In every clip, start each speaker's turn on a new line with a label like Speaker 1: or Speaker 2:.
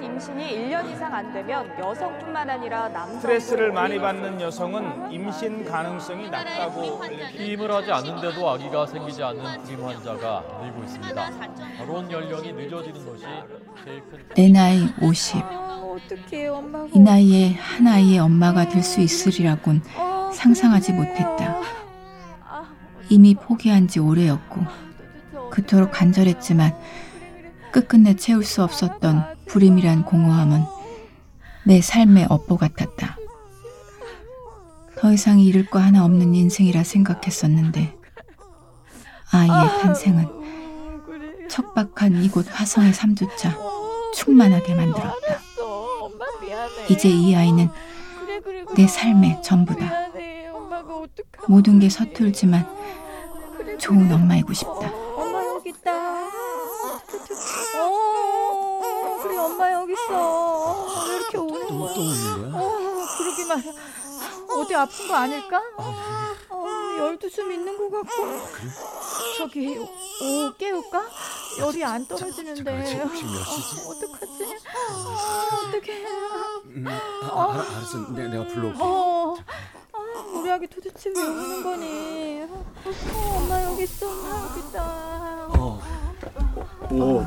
Speaker 1: 임신이 1년 이상 안 되면 여성뿐만 아니라 남성
Speaker 2: 스트레스를 많이 받는 여성은 임신 가능성이 낮다고 알려져
Speaker 3: 피임을 하지 않는데도 아기가 생기지 않는 불임 환자가 늘고 있습니다. 결혼 연령이 늦어지는 것이 제일 큰
Speaker 4: 내 나이 50.
Speaker 5: 어떻게 엄마가
Speaker 4: 이 나이에 한 아이의 엄마가 될 수 있으리라곤
Speaker 1: 어,
Speaker 4: 상상하지 못했다.
Speaker 1: 아,
Speaker 4: 이미 포기한 지 오래였고 그토록 간절했지만 끝끝내 채울 수 없었던 불임이란 공허함은 내 삶의 업보 같았다. 더 이상 잃을 거 하나 없는 인생이라 생각했었는데 아이의 탄생은
Speaker 1: 어,
Speaker 4: 척박한 이곳 화성의 삶조차 충만하게 만들었다.
Speaker 5: 알았어. 엄마 미안해.
Speaker 4: 이제 이 아이는
Speaker 5: 그래, 그래, 그래.
Speaker 4: 내 삶의 전부다.
Speaker 5: 미안해. 엄마가 어떡하
Speaker 4: 모든 게 서툴지만 좋은 엄마이고 싶다.
Speaker 5: 엄마 여기 있다. 어, 그래 엄마 여기 있어. 어, 왜 이렇게 오는 거야?
Speaker 6: 또 우는 거야?
Speaker 5: 어, 그러게 말이야. 어디 아픈 거 아닐까? 어, 열두숨 있는 것 같고.
Speaker 6: 아,
Speaker 5: 저기 오 깨울까? 열이 안
Speaker 6: 잠깐
Speaker 5: 떨어지는데.
Speaker 6: 지금 혹시 몇 시지? 아,
Speaker 5: 어, 어떡하지? 어, 어떡해.
Speaker 6: 음, 아, 알아, 알았어. 내, 내가 불러올게.
Speaker 5: 어. 아, 우리 아기 도대체 왜 우는 거니? 어, 어, 엄마 여기 있어. 엄마 여기 있다.
Speaker 6: 어. 오,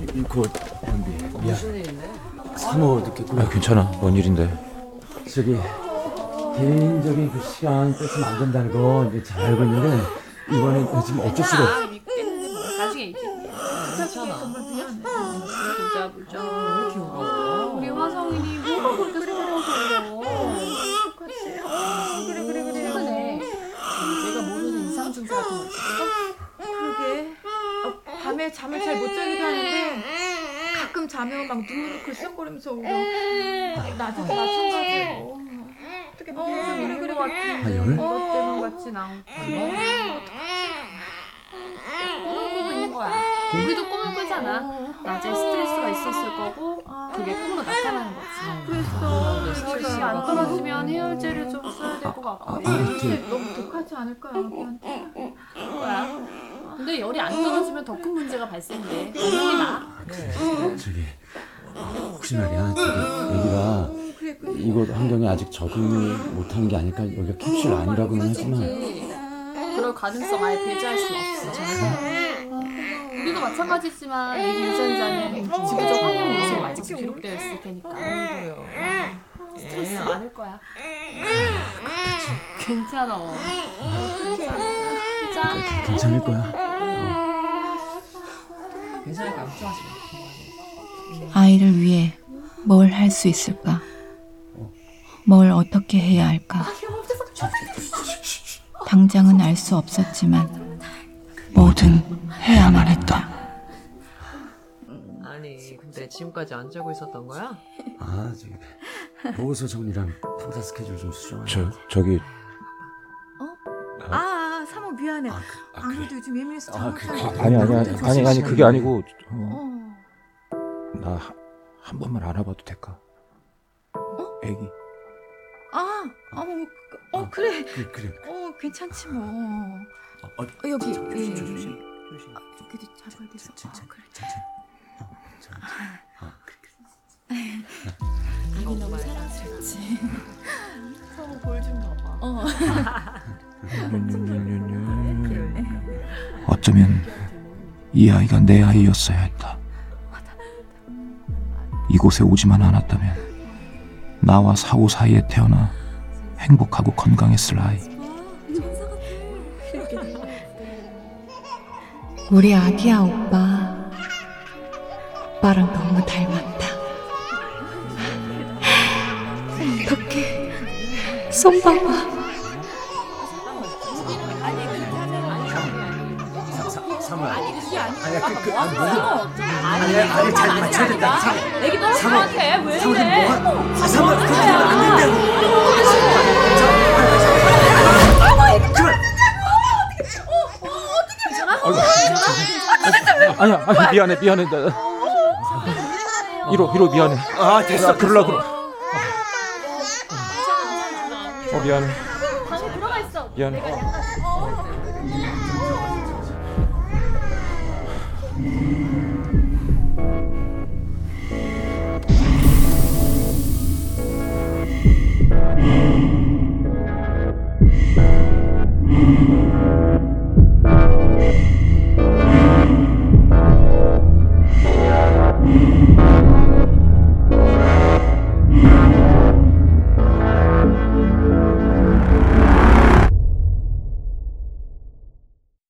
Speaker 6: 이- 이거 연비. 미안. 사모 늦겠구나.
Speaker 7: 괜찮아. 뭔 일인데?
Speaker 6: 저기 개인적인 그 시간 뺏으면 안 된다는 거 이제 잘 알고 있는데 이번엔 지금 어쩔 수가 없어.
Speaker 8: 나중에 이제 괜찮아. 정말 미안해. 진짜 진짜 왜 이렇게 울어? 우리 화성이니 뭐가 그렇게 서러워서 울어? 그래 그래 그래. 최근에 내가 모르는 이상 증세 같은 거 있어? 그러게. 어, 밤에 잠을 잘 못 자기도 하는데 가끔 잠에 오면 막 눈물을 글썽거리면서 울어. 나도
Speaker 5: 어.
Speaker 8: 마찬가지고. 어떻게 어, 그래 그래 같지.
Speaker 6: 아, 열?
Speaker 8: 이것 때문 같진 않고.
Speaker 5: 어,
Speaker 8: 꿈을 꾸고 있는 거야. 우리도 꿈을 꾸잖아. 낮에 스트레스가 있었을 거고 그게 꿈으로 나타나는 거지. 그랬어.
Speaker 5: 그러니까.
Speaker 8: 스트레스 안 떨어지면 해열제를 좀 써야 될 것 같고.
Speaker 6: 아,
Speaker 5: 네.
Speaker 6: 이렇게.
Speaker 8: 너무 독하지 않을까요, 아기한테? 거야. 근데 열이 안 떨어지면 더 큰 문제가 발생돼.
Speaker 6: 아, 저기 혹시 말이야 저기 애기가 이곳 환경에 아직 적응을 못한 게 아닐까 여기가 캡슐 아니라고는 하지만
Speaker 8: 그럴 가능성 아예 배제할 수 없어. 우리도 마찬가지지만 이 유전자는 지구적 환경 요소에 아직 기록되어 있을 테니까. 스트레스 많을 거야. 괜찮아. 괜찮아.
Speaker 6: 괜찮을 거야.
Speaker 4: 아이를 위해 뭘 할 수 있을까? 뭘 어떻게 해야 할까? 당장은 알 수 없었지만 뭐든 해야만 했다.
Speaker 9: 아니 근데 지금까지 안 자고 있었던 거야?
Speaker 6: 아 저기 보호서 정리랑 탐사 스케줄 좀 수정.
Speaker 7: 저 저기
Speaker 5: 아, 아, 사모 미안해.
Speaker 6: 아, 그- 아
Speaker 5: 안
Speaker 6: 그래.
Speaker 5: 그래도 요즘 예민해서
Speaker 6: 아,
Speaker 5: 잘못
Speaker 6: 그-
Speaker 5: 자고
Speaker 7: 아니 아니 아니 아니, 아니 그게 아니고 어,
Speaker 5: 어.
Speaker 7: 나 한 번만 알아봐도 될까? 애기
Speaker 5: 어?
Speaker 7: 아.
Speaker 5: 아, 어, 어 그래.
Speaker 6: 그, 그래.
Speaker 5: 어, 괜찮지 뭐. 어,
Speaker 6: 어, 어,
Speaker 5: 여기.
Speaker 6: 저,
Speaker 5: 예.
Speaker 6: 조심 조심.
Speaker 5: 아, 그래도 잡아야 돼서.
Speaker 6: 자, 자,
Speaker 5: 아, 그래.
Speaker 6: 자, 자. 어, 자, 자.
Speaker 5: 아,
Speaker 8: 서로 볼좀 봐봐.
Speaker 7: 어쩌면 이 아이가 내 아이였어야 했다. 이곳에 오지만 않았다면 나와 사고 사이에 태어나 행복하고 건강했을 아이.
Speaker 4: 우리 아기야 오빠. 오빠랑 너무 닮았다. 어떡해. 손 봐봐.
Speaker 6: 사- 사- 사모 아니 그게 아니 아니야 그, 그, 아니 뭐야 아니 아니 잘 맞춰야 된다 사-
Speaker 8: 애기 떨어질 것 같아. 왜 이래?
Speaker 6: 사모 그렇게 하면 안 된다고
Speaker 7: 아니야, 아니, 미안해, 미안해. 나- 이로, 이로 미안해.
Speaker 6: 아 됐어
Speaker 7: 그럴라 그러. 어 미안해.
Speaker 8: 방에 들어가 있어.
Speaker 7: 미안해.
Speaker 8: 내가 약간 어,